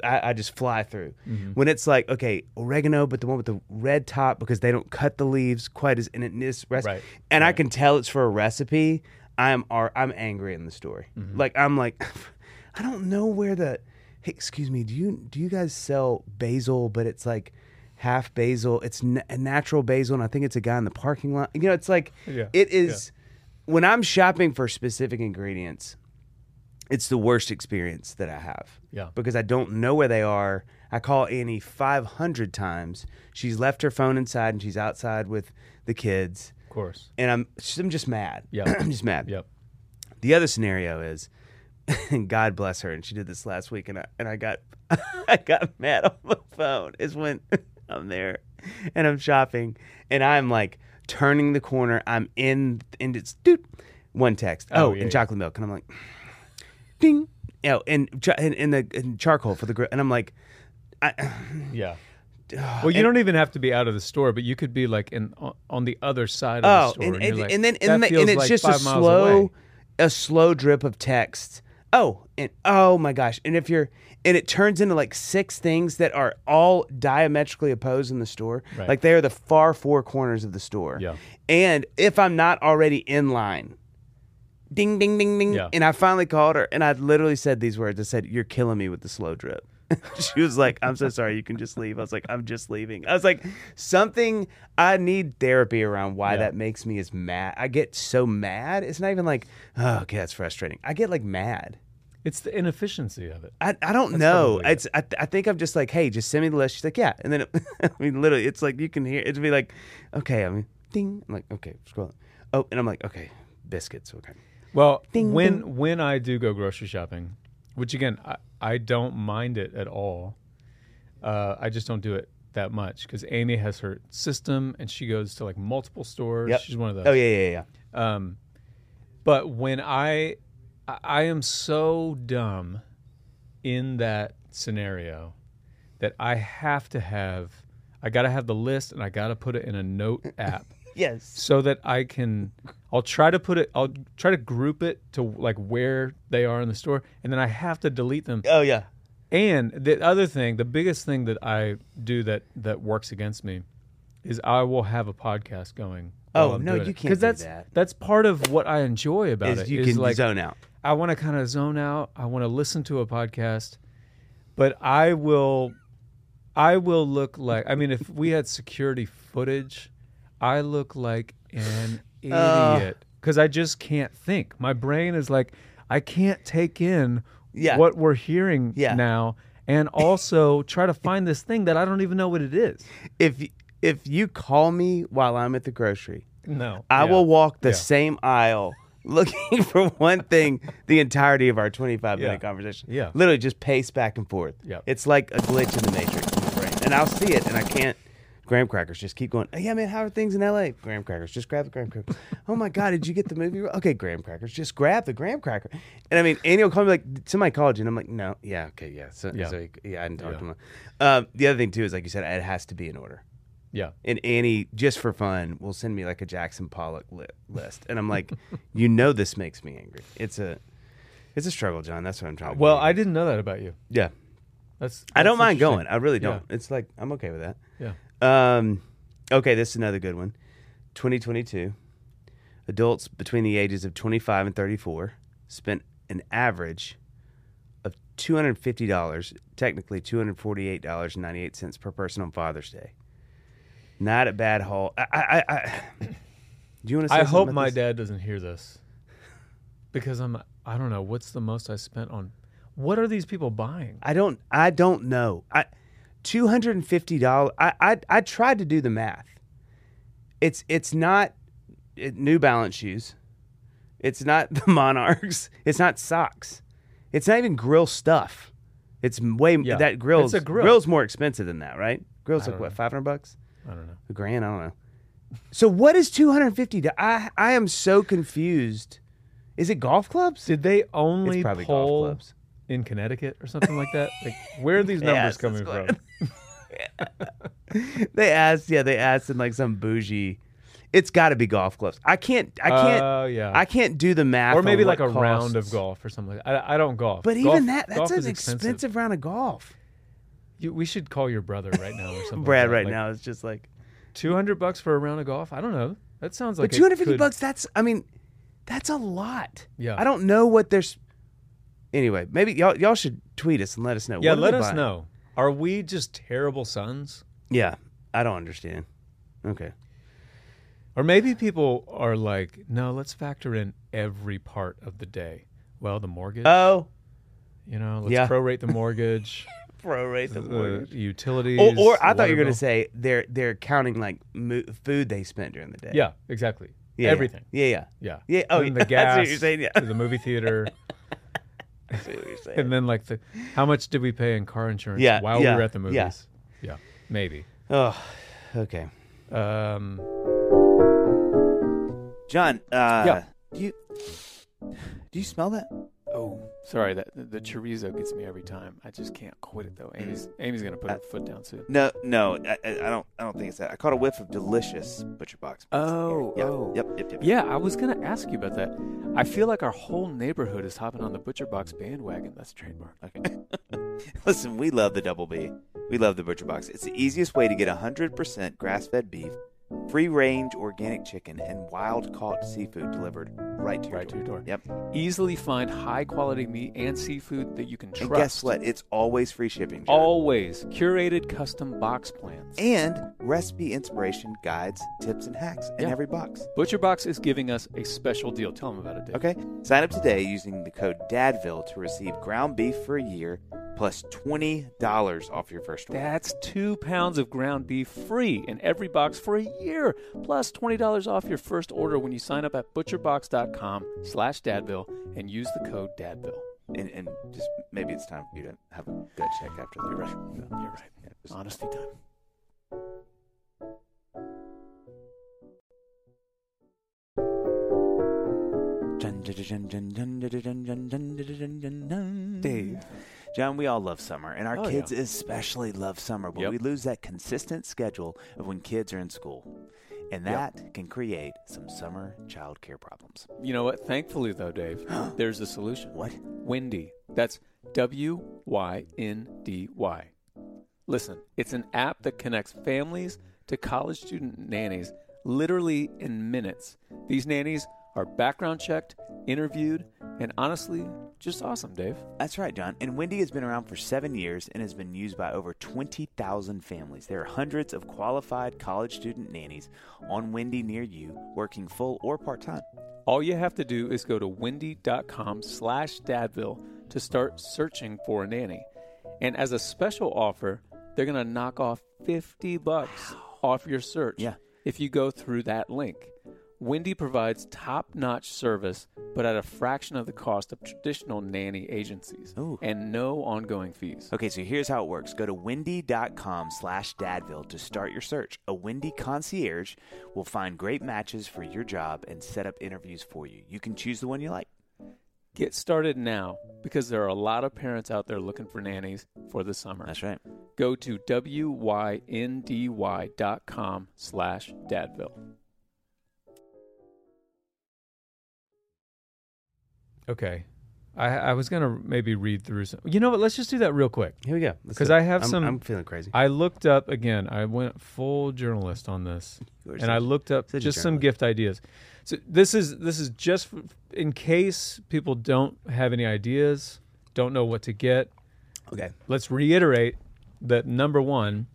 I, I just fly through Mm-hmm. when it's like okay oregano, but the one with the red top because they don't cut the leaves quite as in this recipe, Right. and I can tell it's for a recipe. I'm ar- I'm angry in the story. Mm-hmm. Like I'm like, (laughs) I don't know where the. Hey, excuse me. Do you do you guys sell basil? But it's like half basil. It's na- natural basil, and I think it's a guy in the parking lot. You know, it's like Yeah, it is. When I'm shopping for specific ingredients, it's the worst experience that I have. Yeah. Because I don't know where they are. I call Annie 500 times. She's left her phone inside and she's outside with the kids. of course. And I'm, I'm just mad. Yeah. (clears throat) I'm just mad. Yep. The other scenario is, (laughs) and God bless her, and she did this last week, and I and I got (laughs) I got mad on the phone. Is when (laughs) I'm there and I'm shopping, and I'm like turning the corner. I'm in, and it's dude, one text. Oh, and yeah, yeah. chocolate milk, and I'm like, ding. You know, and, cha- and and the and charcoal for the grill, and I'm like, Yeah. Uh, Well, you don't even have to be out of the store, but you could be like in on- on the other side of the oh, store, and, and, you're and, like, and then "That and, the- feels and it's like just a five miles away." slow, a slow drip of text. Oh, and oh my gosh, and if you're and it turns into like six things that are all diametrically opposed in the store. Right. Like they are the far four corners of the store. Yeah. And if I'm not already in line, ding ding ding ding, Yeah. and I finally called her and I literally said these words. I said, "You're killing me with the slow drip." (laughs) she was like, "I'm so sorry. You can just leave." I was like, "I'm just leaving." I was like, "Something I need therapy around why that makes me as mad. I get so mad. It's not even like, oh, okay, that's frustrating. I get like mad. It's the inefficiency of it. I, I don't know. probably it. It's I, I think I'm just like, hey, just send me the list. She's like, yeah, and then it, (laughs) I mean, literally, it's like you can hear it'd be like, okay, I mean, ding. I'm like, okay, scroll. Oh, and I'm like, okay, biscuits. Okay, Well, when when I do go grocery shopping, which again I, I don't mind it at all, uh, I just don't do it that much because Amy has her system and she goes to like multiple stores. Yep. She's one of those. Oh yeah, yeah, yeah. Um, But when I I- I am so dumb in that scenario that I have to have I got to have the list and I got to put it in a note app Yes. so that I can I'll try to put it I'll try to group it to like where they are in the store and then I have to delete them. Oh yeah. And the other thing, the biggest thing that I do that that works against me is I will have a podcast going. Oh, while I'm no, doing you it. can't 'Cause do that's, that. That's part of what I enjoy about Is it. you is can like zone out. I want to kind of zone out. I want to listen to a podcast, but I will, I will look like. I mean, if we had security footage, I look like an idiot because I just can't think. My brain is like, I can't take in Yeah. what we're hearing Yeah. now, and also try to find this thing that I don't even know what it is. If if you call me while I'm at the grocery, No, I will walk the Yeah. same aisle (laughs) looking for one thing the entirety of our 25 minute Yeah. conversation. Yeah. Literally just pace back and forth. Yeah. It's like a glitch in the matrix. in my brain. And I'll see it and I can't. Graham crackers just keep going. Oh, yeah, man, how are things in LA? Graham crackers, just grab the graham cracker. (laughs) oh my God, did you get the movie? ro- Okay, graham crackers, just grab the graham cracker. And I mean, Annie will call me like, somebody called you, and I'm like, no, yeah, okay, yeah, so yeah, Yeah. so, yeah I didn't talk Yeah. to him. Um, the other thing too is like you said, it has to be in order Yeah, and Annie, just for fun, will send me like a Jackson Pollock li- list, and I'm like, (laughs) you know, this makes me angry. It's a, it's a struggle, John. That's what I'm trying. to well, get I at. didn't know that about you. yeah, That's, I don't that's mind interesting. going. I really Yeah. don't. It's like I'm okay with that. Yeah. Um, okay, this is another good one. 2022, adults between the ages of 25 and 34 spent an average of $250, technically $248.98 per person on Father's Day. Not a bad haul. I, I, I, I do you want to? Say I something hope about my this? dad doesn't hear this because I'm I don't know what's the most I spent on. What are these people buying? I don't. I don't know. I two hundred and fifty dollars. I, I I tried to do the math. It's it's not it, New Balance shoes. It's not (laughs) the Monarchs. It's not socks. It's not even grill stuff. It's way Yeah, that grill's it's a grill. grill's more expensive than that, right? Grill's I like don't what know. five hundred bucks I don't know. a grand. I don't know. So what is two hundred fifty? I I am so confused. Is it golf clubs? Did they only it's probably golf poll clubs. in Connecticut or something like that? Like where (laughs) are these Yes, numbers that's coming what- from? they asked, yeah, they asked in like some bougie. It's got to be golf clubs. I can't, I can't, Oh yeah. I can't do the math. or maybe on like a what round of costs. golf or something. Like that. I, I don't golf. But Golf- even that, that's golf an is expensive. round of golf. You, we should call your brother right now or something. Brad, right now, it's just like, two hundred bucks for a round of golf. I don't know. That sounds like but it two hundred fifty could- bucks. That's, I mean, that's a lot. Yeah. I don't know what there's. Anyway, maybe y'all y'all should tweet us and let us know. Yeah, What are let they us buying? know. Are we just terrible sons? Yeah, I don't understand. Okay. Or maybe people are like, no, let's factor in every part of the day. Well, the mortgage, Oh, you know, let's yeah. (laughs) prorate the mortgage, prorate the the mortgage. utilities. Or, or I thought you were to gonna say they're they're counting like mo- food they spent during the day. Yeah, exactly. Yeah, yeah. Everything. Yeah, yeah. Yeah. Yeah, oh, And yeah, (laughs) the that's gas what you're saying, yeah. to the movie (laughs) theater. I see what you're saying. (laughs) and then, like, the how much did we pay in car insurance Yeah, while yeah, we were at the yeah. movies? Yeah. Maybe. Oh, okay. Um, John, uh, Yeah. do you do you smell that? Oh, sorry. That the chorizo gets me every time. I just can't quit it though. Amy's Amy's gonna put her foot down soon. No, no, I, I I don't. I don't think it's that. I caught a whiff of delicious butcher box. meats. Oh, yeah, oh. yep, yep, yep. Yeah, I was gonna ask you about that. I feel like our whole neighborhood is hopping on the butcher box bandwagon. That's trademark. Okay. (laughs) Listen, we love the double B. We love the Butcher Box. It's the easiest way to get 100% grass fed beef, free range organic chicken, and wild caught seafood delivered right to your Right to door. your door. Yep. (laughs) Easily find high quality meat and seafood that you can trust. And guess what? It's always free shipping. John. Always curated custom box plans. and recipe inspiration, guides, tips, and hacks in Yeah. every box. ButcherBox is giving us a special deal. Tell them about it, Dave. Okay? Sign up today using the code DADVILLE to receive ground beef for a year plus $20 off your first order. That's two pounds of ground beef free in every box for a year, plus twenty dollars off your first order when you sign up at butcherbox.com/dadville and use the code Dadville. and, and just maybe it's time for you to have a gut check after the You're right. Yeah, (laughs) You're right. yeah, just- Honesty time. Dun, Dave. Dave. John, we all love summer, and our Oh, yeah. kids especially love summer, but Yep. we lose that consistent schedule of when kids are in school. And that can create some summer child care problems. You know what? Thankfully, though, Dave, there's a solution. What? Windy. That's W Y N D Y. Listen, it's an app that connects families to college student nannies literally in minutes. These nannies are background checked, interviewed, and honestly, just awesome, Dave. That's right, John. And Wendy has been around for seven years and has been used by over 20,000 families. There are hundreds of qualified college student nannies on Wendy near you, working full or part time. All you have to do is go to windy.com slash dadville to start searching for a nanny. And as a special offer, they're going to knock off 50 bucks off your search Yeah. if you go through that link. Windy provides top-notch service but at a fraction of the cost of traditional nanny agencies Ooh. and no ongoing fees. Okay, so here's how it works. Go to windy.com slash dadville to start your search. A Windy concierge will find great matches for your job and set up interviews for you. You can choose the one you like. Get started now because there are a lot of parents out there looking for nannies for the summer. That's right. go to wyndy.com slash dadville Okay. I, I was gonna maybe read through some. You know what? Let's just do that real quick. Here we go. Let's 'Cause do it. I have I'm- some- I'm feeling crazy. I looked up again. I went full journalist on this, You are and I such- looked up such a just some journalist. gift ideas. So this is this is just f- in case people don't have any ideas, don't know what to get. Uh, Okay. Let's reiterate that number one,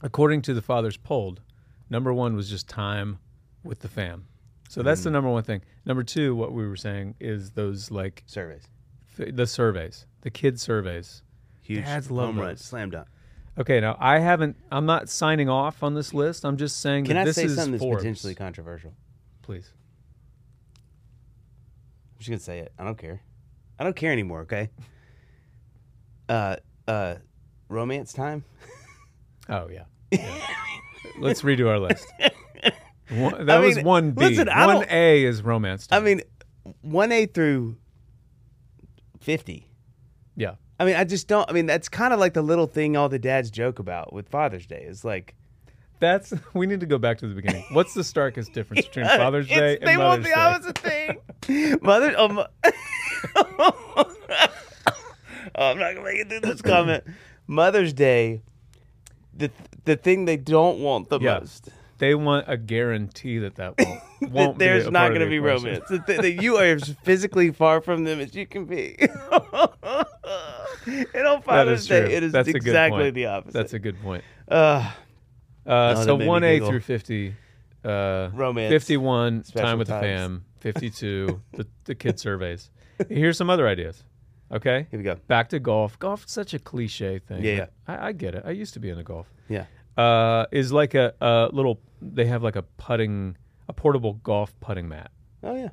according to the fathers polled, number one was just time with the fam. So that's Mm. the number one thing. Number two, what we were saying is those like Surveys. f- the surveys, the kid surveys. Huge Dads love home run. those. Slam dunk. Okay, now I haven't. I'm not signing off on this list. I'm just saying Can that I this say is something that's Forbes. potentially controversial? Please, I'm just gonna say it. I don't care. I don't care anymore. Okay. (laughs) Uh, uh, romance time. (laughs) oh yeah. Yeah. Let's redo our list. One, that I was mean, one B. listen, I one don't- A is romance. I Time. mean, one A through fifty. yeah, I mean, I just don't. I mean, that's kind of like the little thing all the dads joke about with Father's Day. It's (laughs) like that's. We need to go back to the beginning. What's the starkest (laughs) difference between Father's it's- Day They and want Mother's the Day? opposite thing. (laughs) Mother. Oh, mo- oh, I'm not gonna make it through this comment. Mother's Day. The the thing they don't want the Yeah. most. They want a guarantee that that won't. (laughs) won't that there's be a not going to be romance. That, that- that you are as physically far from them as you can be. (laughs) and on Father's is true. Day, it is That's a good exactly point. the opposite. That's a good point. uh, Uh, Oh, that so made me one A giggle. through fifty, uh, Romance. Fifty-one, Special time with times. the (laughs) fam. Fifty-two, the, the kid surveys. Here's some other ideas. Okay, here we go. back to golf. Golf's such a cliche thing. Yeah, but I, I get it. I used to be into golf. Yeah. Uh, is like a, a little. They have like a putting, a portable golf putting mat. Oh yeah.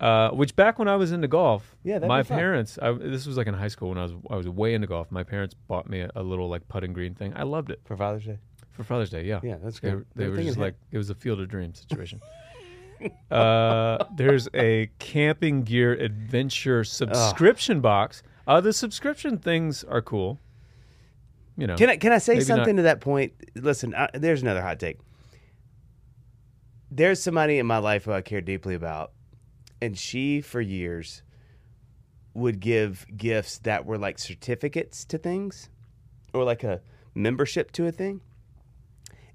Uh, which back when I was into golf, Yeah, that'd my be fun. parents. I, this was like in high school when I was I was way into golf. My parents bought me a, a little like putting green thing. I loved it For Father's Day. for Father's Day. Yeah, Yeah, that's they, good. they They're were thinking just ahead. like it was a field of dreams (laughs) situation. uh, there's a camping gear adventure subscription box. Uh, the subscription things are cool. You know, Can I can I say Maybe something to that point? Listen, I, there's another hot take. There's somebody in my life who I care deeply about, and she for years would give gifts that were like certificates to things, or like a membership to a thing,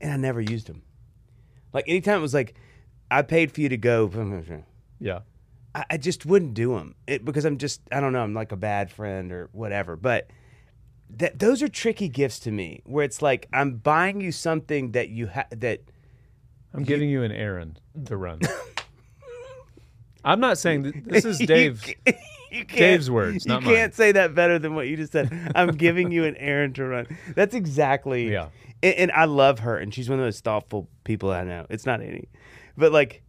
and I never used them. Like anytime it was like, I paid for you to go. (laughs) yeah, I, I just wouldn't do them it, because I'm just I don't know I'm like a bad friend or whatever. But that those are tricky gifts to me, where it's like I'm buying you something that you ha- that I'm giving you an errand (laughs) to run. I'm not saying that, this (laughs) is you Dave's. ca- You can't, Dave's words, You not mine. can't say that better than what you just said. I'm giving you an errand to run. That's exactly. Yeah. And, and I love her, and she's one of those thoughtful people I know. It's not any, but like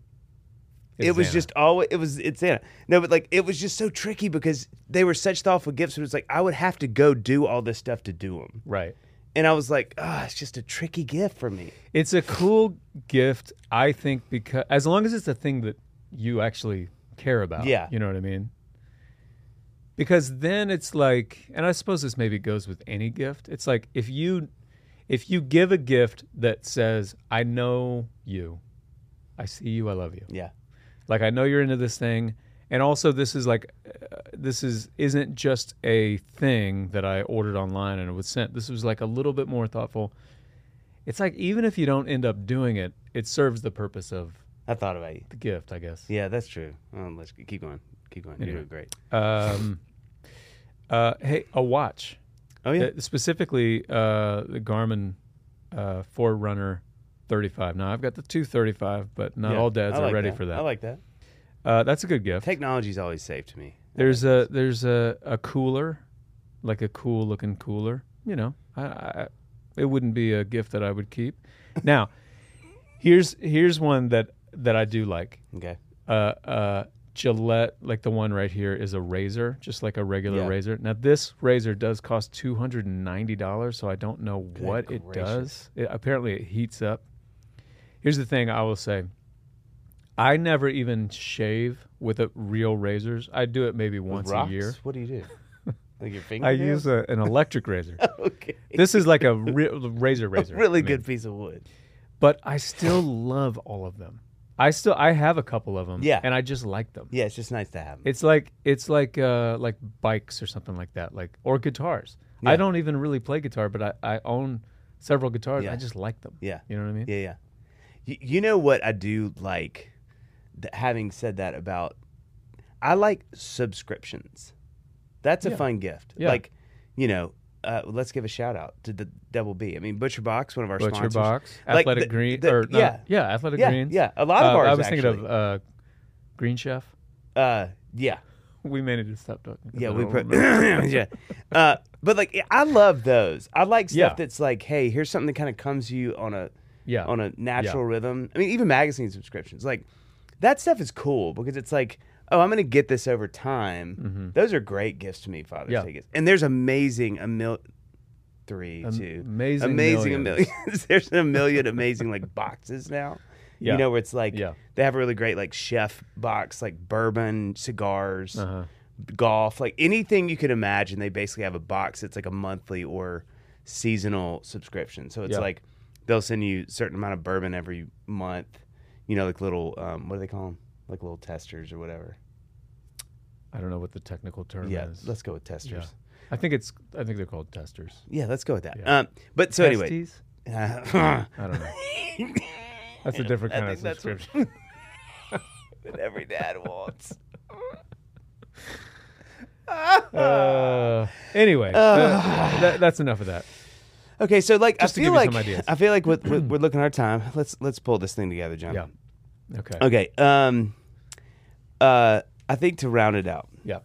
It's it was Xana. just always it was it's Anna. No, but like it was just so tricky because they were such thoughtful gifts. But it was like I would have to go do all this stuff to do them, right. and I was like, ah, it's just a tricky gift for me. It's a cool gift, I think, because as long as it's a thing that you actually care about. Yeah. You know what I mean? Because then it's like, and I suppose this maybe goes with any gift. It's like if you if you give a gift that says, "I know you. I see you. I love you." Yeah. Like I know you're into this thing, and also this is like uh, this is isn't just a thing that I ordered online and it was sent. This was like a little bit more thoughtful. It's like even if you don't end up doing it, it serves the purpose of I thought about you. the gift, I guess. Yeah, that's true. Um, let's keep going. Keep going. You're Anyway. doing great. Um, uh, hey, a watch. Oh yeah. Uh, specifically, uh, the Garmin uh, Forerunner 35. Now, I've got the 235, but not Yeah. uh, all dads I are like ready for I that. like that. uh, that's a good gift. Technology's always safe to me. there's a there's a, a cooler, like a cool looking cooler. You know, I, I it wouldn't be a gift that I would keep. now, here's here's one that that I do like. Okay. uh, uh, Gillette, like the one right here, is a razor, just like a regular Yeah. razor. Now, this razor does cost two hundred and ninety dollars, so I don't know what it gracious. does. It, apparently, it heats up. Here's the thing: I will say, I never even shave with a real razors. I do it maybe once a Rocks? year. What do you do? (laughs) like your finger? I use a, an electric razor. (laughs) (laughs) okay. This is like a (laughs) re- razor razor. really I mean, good piece of wood. but I still love all of them. I still I have a couple of them. Yeah. and I just like them. Yeah, it's just nice to have. 'em. It's like it's like uh like bikes or something like that, like or guitars. Yeah. I don't even really play guitar, but I, I own several guitars. Yeah. I just like them. yeah. You know what I mean? Yeah, yeah. You, you know what I do like? Th- having said that about, I like subscriptions. That's a Yeah. fun gift. Yeah. Like, you know, uh, let's give a shout out to the Double B. I mean, Butcher Box, one of our Butcher sponsors. Box, Like Athletic the- Green, the- or not- yeah. yeah, Athletic Yeah, Greens. yeah. A lot of Uh, ours. I was thinking of actually. uh, Green Chef. Uh, yeah, We managed to stop talking. yeah. We put. (coughs) put. yeah. Uh, but like, I love those. I like stuff Yeah. that's like, hey, here's something that kind of comes to you on a yeah. on a natural rhythm. I mean, even magazine subscriptions, like that stuff is cool because it's like, oh, I'm going to get this over time. Those are great gifts to me, Father's Mm-hmm. Yeah. Day gifts. And there's amazing a mil three, Am- two, amazing amazing millions. a million. (laughs) there's a million amazing like boxes now. Yeah. You know where it's like Yeah. they have a really great like chef box, like bourbon, cigars, Uh-huh. golf, like anything you could imagine. They basically have a box that's like a monthly or seasonal subscription. So it's Yeah. like they'll send you a certain amount of bourbon every month. You know, like little um, what do they call them? Like little testers or whatever. I don't know what the technical term yeah, is. let's go with testers. I think it's I think they're called testers. Yeah, let's go with that. Yeah. Um, but so anyway, Testes? (laughs) uh, I don't know. (laughs) That's a different I kind of think that's what- subscription. that every dad wants. Uh, anyway, that- that- that's enough of that. Okay, so like I Just to feel give you like some ideas. I feel like with, with, we're looking at our time. Let's let's pull this thing together, John. Yeah. Okay. Okay. Um. Uh. I think to round it out, Yeah.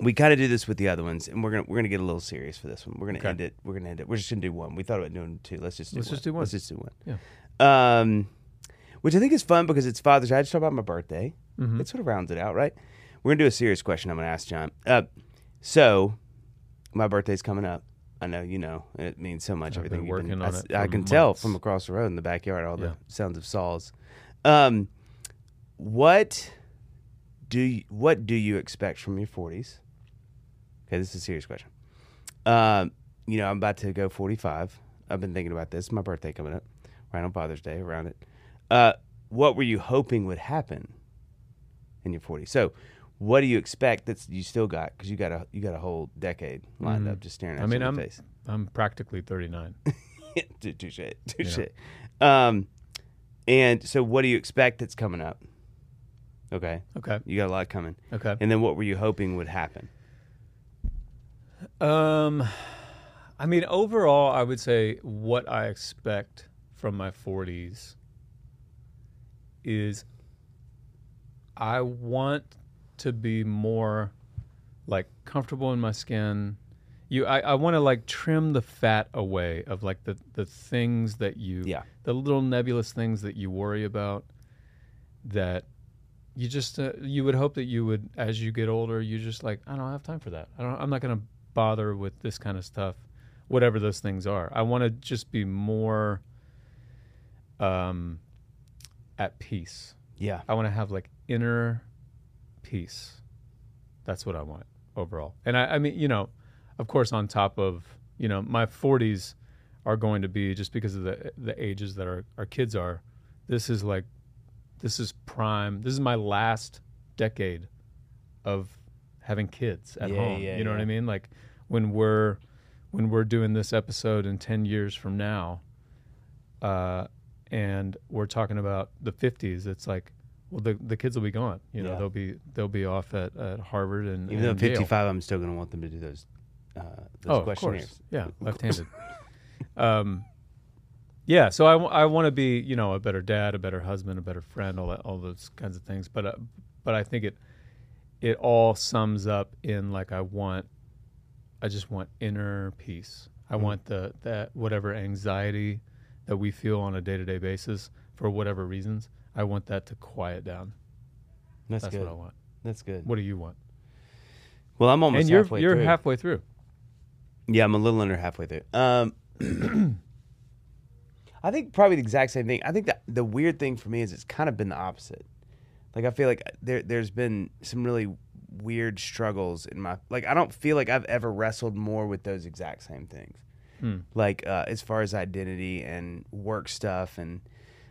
we kind of do this with the other ones, and we're gonna we're gonna get a little serious for this one. We're gonna Okay. end it. We're gonna end it. We're just gonna do one. We thought about doing two. Let's just do Let's one. just do one. Let's just do one. Yeah. Um, which I think is fun because it's Father's Day. I just talked about my birthday. Mm-hmm. It sort of rounds it out, right? We're gonna do a serious question. I'm gonna ask John. Uh, so my birthday's coming up. I know you know it means so much. I've everything been you've working I on s- it I, for can tell months. from across the road in the backyard all Yeah. the sounds of saws. Um, what do you, what do you expect from your 40s? Okay, this is a serious question. Um, you know, I'm about to go 45. I've been thinking about this. My birthday coming up, right on Father's Day, around it. Uh, what were you hoping would happen in your 40s? So, what do you expect that's you still got? Because you got a you got a whole decade lined up just staring at Mm-hmm. I you mean, in I'm the face. (laughs) I'm practically 39. Tou- touche, touche. Um, and so, what do you expect that's coming up? Okay, Okay. you got a lot coming. Okay. And then, what were you hoping would happen? Um, I mean, overall, I would say what I expect from my 40s is I want to be more like comfortable in my skin. You, I, I want to like trim the fat away of like the the things that you, Yeah. the little nebulous things that you worry about. That you just uh, you would hope that you would as you get older you just like i don't have time for that i don't i'm not going to bother with this kind of stuff whatever those things are i want to just be more um at peace Yeah, i want to have like inner peace. That's what I want overall. And I, I mean, you know, of course, on top of you know, my 40s are going to be just because of the the ages that our our kids are. This is like, this is prime. This is my last decade of having kids at Yeah, home. yeah, you know what yeah. I mean? Like when we're when we're doing this episode in 10 years from now, uh, and we're talking about the 50s, it's like, well, the, the kids will be gone. You know, Yeah. they'll be they'll be off at, at Harvard and Even though and I'm Yale. 55, I'm still going to want them to do those, uh, Oh, those of questionnaires. course. (laughs) Yeah, left-handed. um, yeah, so I, w- I want to be, you know, a better dad, a better husband, a better friend, all that, all those kinds of things. But uh, but I think it it all sums up in like I want I just want inner peace. Mm-hmm. I want the that whatever anxiety that we feel on a day-to-day basis for whatever reasons, I want that to quiet down. That's, That's, good. what I want. That's good. What do you want? Well, I'm almost and you're halfway you're through. halfway through. Yeah, I'm a little under halfway through. Um, (clears throat) I think probably the exact same thing. I think that the weird thing for me is it's kind of been the opposite. Like I feel like there there's been some really weird struggles in my like I don't feel like I've ever wrestled more with those exact same things. Like uh, as far as identity and work stuff and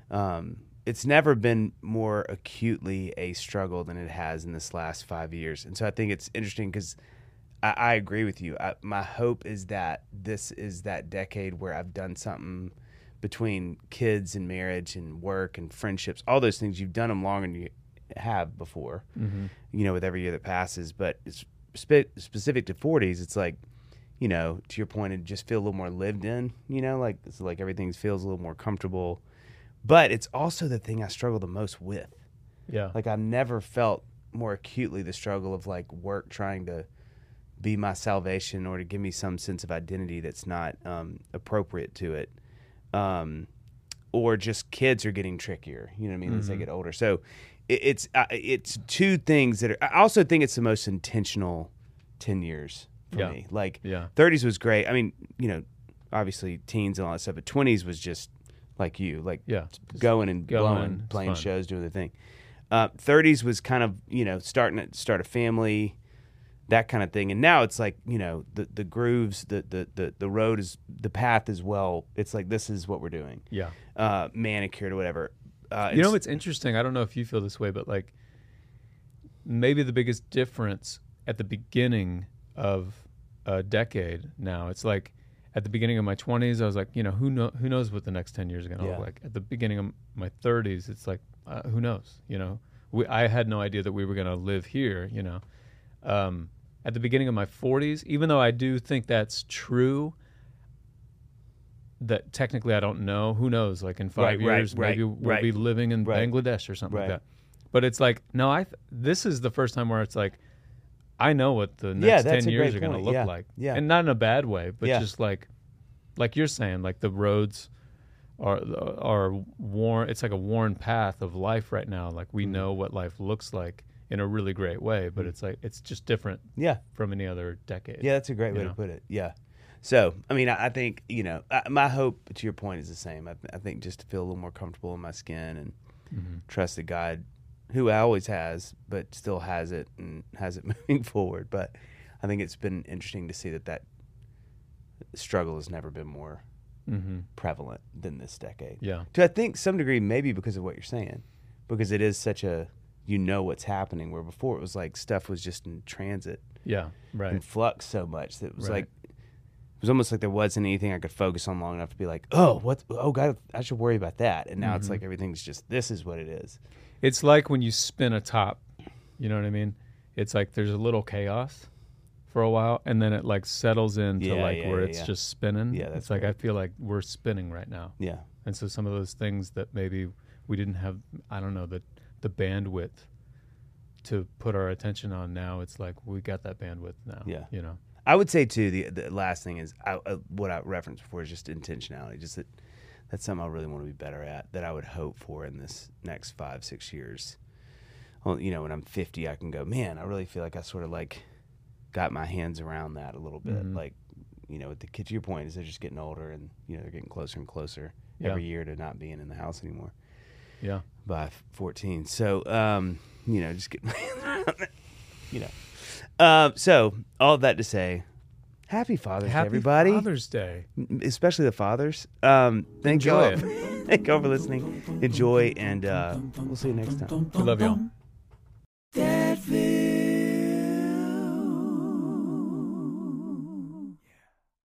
um, it's never been more acutely a struggle than it has in this last five years. And so I think it's interesting because I, I agree with you. I, my hope is that this is that decade where I've done something between kids and marriage and work and friendships, all those things. You've done them longer than you have before, you know, with every year that passes. But it's spe- specific to 40s, it's like, you know, to your point, it just feel a little more lived in, you know, like it's like everything feels a little more comfortable. But it's also the thing I struggle the most with. Yeah. Like I never felt more acutely the struggle of like work trying to be my salvation or to give me some sense of identity that's not um, appropriate to it. Um, or just kids are getting trickier. You know what I mean? As Mm-hmm. they get older. So it, it's uh, it's two things that are. I also think it's the most intentional ten years for Yeah. me. Like Yeah. 30s was great. I mean, you know, obviously teens and all that stuff, but 20s was just like you, like Yeah. going and going. blowing, It's playing fun. shows, doing the thing. Uh, 30s was kind of you know starting to start a family, that kind of thing. And now it's like you know the the grooves, the the the, the road is the path is well. It's like this is what we're doing, Yeah. uh, manicured or whatever. Uh, you know, it's interesting. I don't know if you feel this way, but like maybe the biggest difference at the beginning of a decade now, it's like at the beginning of my 20s, I was like, you know, who know, who knows what the next 10 years are going to Yeah. look like. At the beginning of my 30s, it's like, uh, who knows? You know, we, I had no idea that we were going to live here, you know. Um, at the beginning of my 40s, even though I do think that's true, that technically I don't know. Who knows? Like in five Right, right, years, maybe right, we'll right. be living in Right. Bangladesh or something Right. like that. But it's like, no, I. Th- this is the first time where it's like, I know what the Yeah, next that's ten a years great are going to point. look Yeah, like, yeah. and not in a bad way, but Yeah. just like, like you're saying, like the roads are are worn. It's like a worn path of life right now. Like Mm-hmm. we know what life looks like in a really great way, but it's like it's just different yeah, from any other decade. Mm-hmm. Yeah, that's a great way you to know? put it. Yeah. So, I mean, I, I think, you know, I, my hope to your point is the same. I, I think just to feel a little more comfortable in my skin and Mm-hmm. trust that God, who I always has, but still has it and has it (laughs) moving forward. But I think it's been interesting to see that that struggle has never been more hmm prevalent than this decade. Yeah. To I think some degree maybe because of what you're saying, because it is such a you know what's happening where before it was like stuff was just in transit Yeah. Right. in flux so much that it was Right. like it was almost like there wasn't anything I could focus on long enough to be like, oh, what? Oh, God, I should worry about that. And now Mm-hmm. it's like everything's just this is what it is. It's like when you spin a top, you know what I mean? It's like there's a little chaos for a while and then it like settles into Yeah, like yeah, where yeah, it's yeah. just spinning. Yeah, that's it's like I feel like we're spinning right now. Yeah, And so some of those things that maybe we didn't have I don't know, the the bandwidth to put our attention on now, it's like we got that bandwidth now. Yeah. You know. I would say too. The, the last thing is I, uh, what I referenced before is just intentionality. Just that that's something I really want to be better at. That I would hope for in this next five six years. Well, you know, when I'm 50, I can go, man. I really feel like I sort of like got my hands around that a little bit. Mhm. Like, you know, with the kid to your point is they're just getting older and you know they're getting closer and closer Yeah. every year to not being in the house anymore. Yeah. by 14. So, um, you know, just get, (laughs) you know. Um, so, all that to say, happy Father's Day, Happy everybody, Father's Day. especially the fathers. Um, thank you Enjoy all. (laughs) thank you all for listening. Enjoy, and uh, we'll see you next time. We love y'all.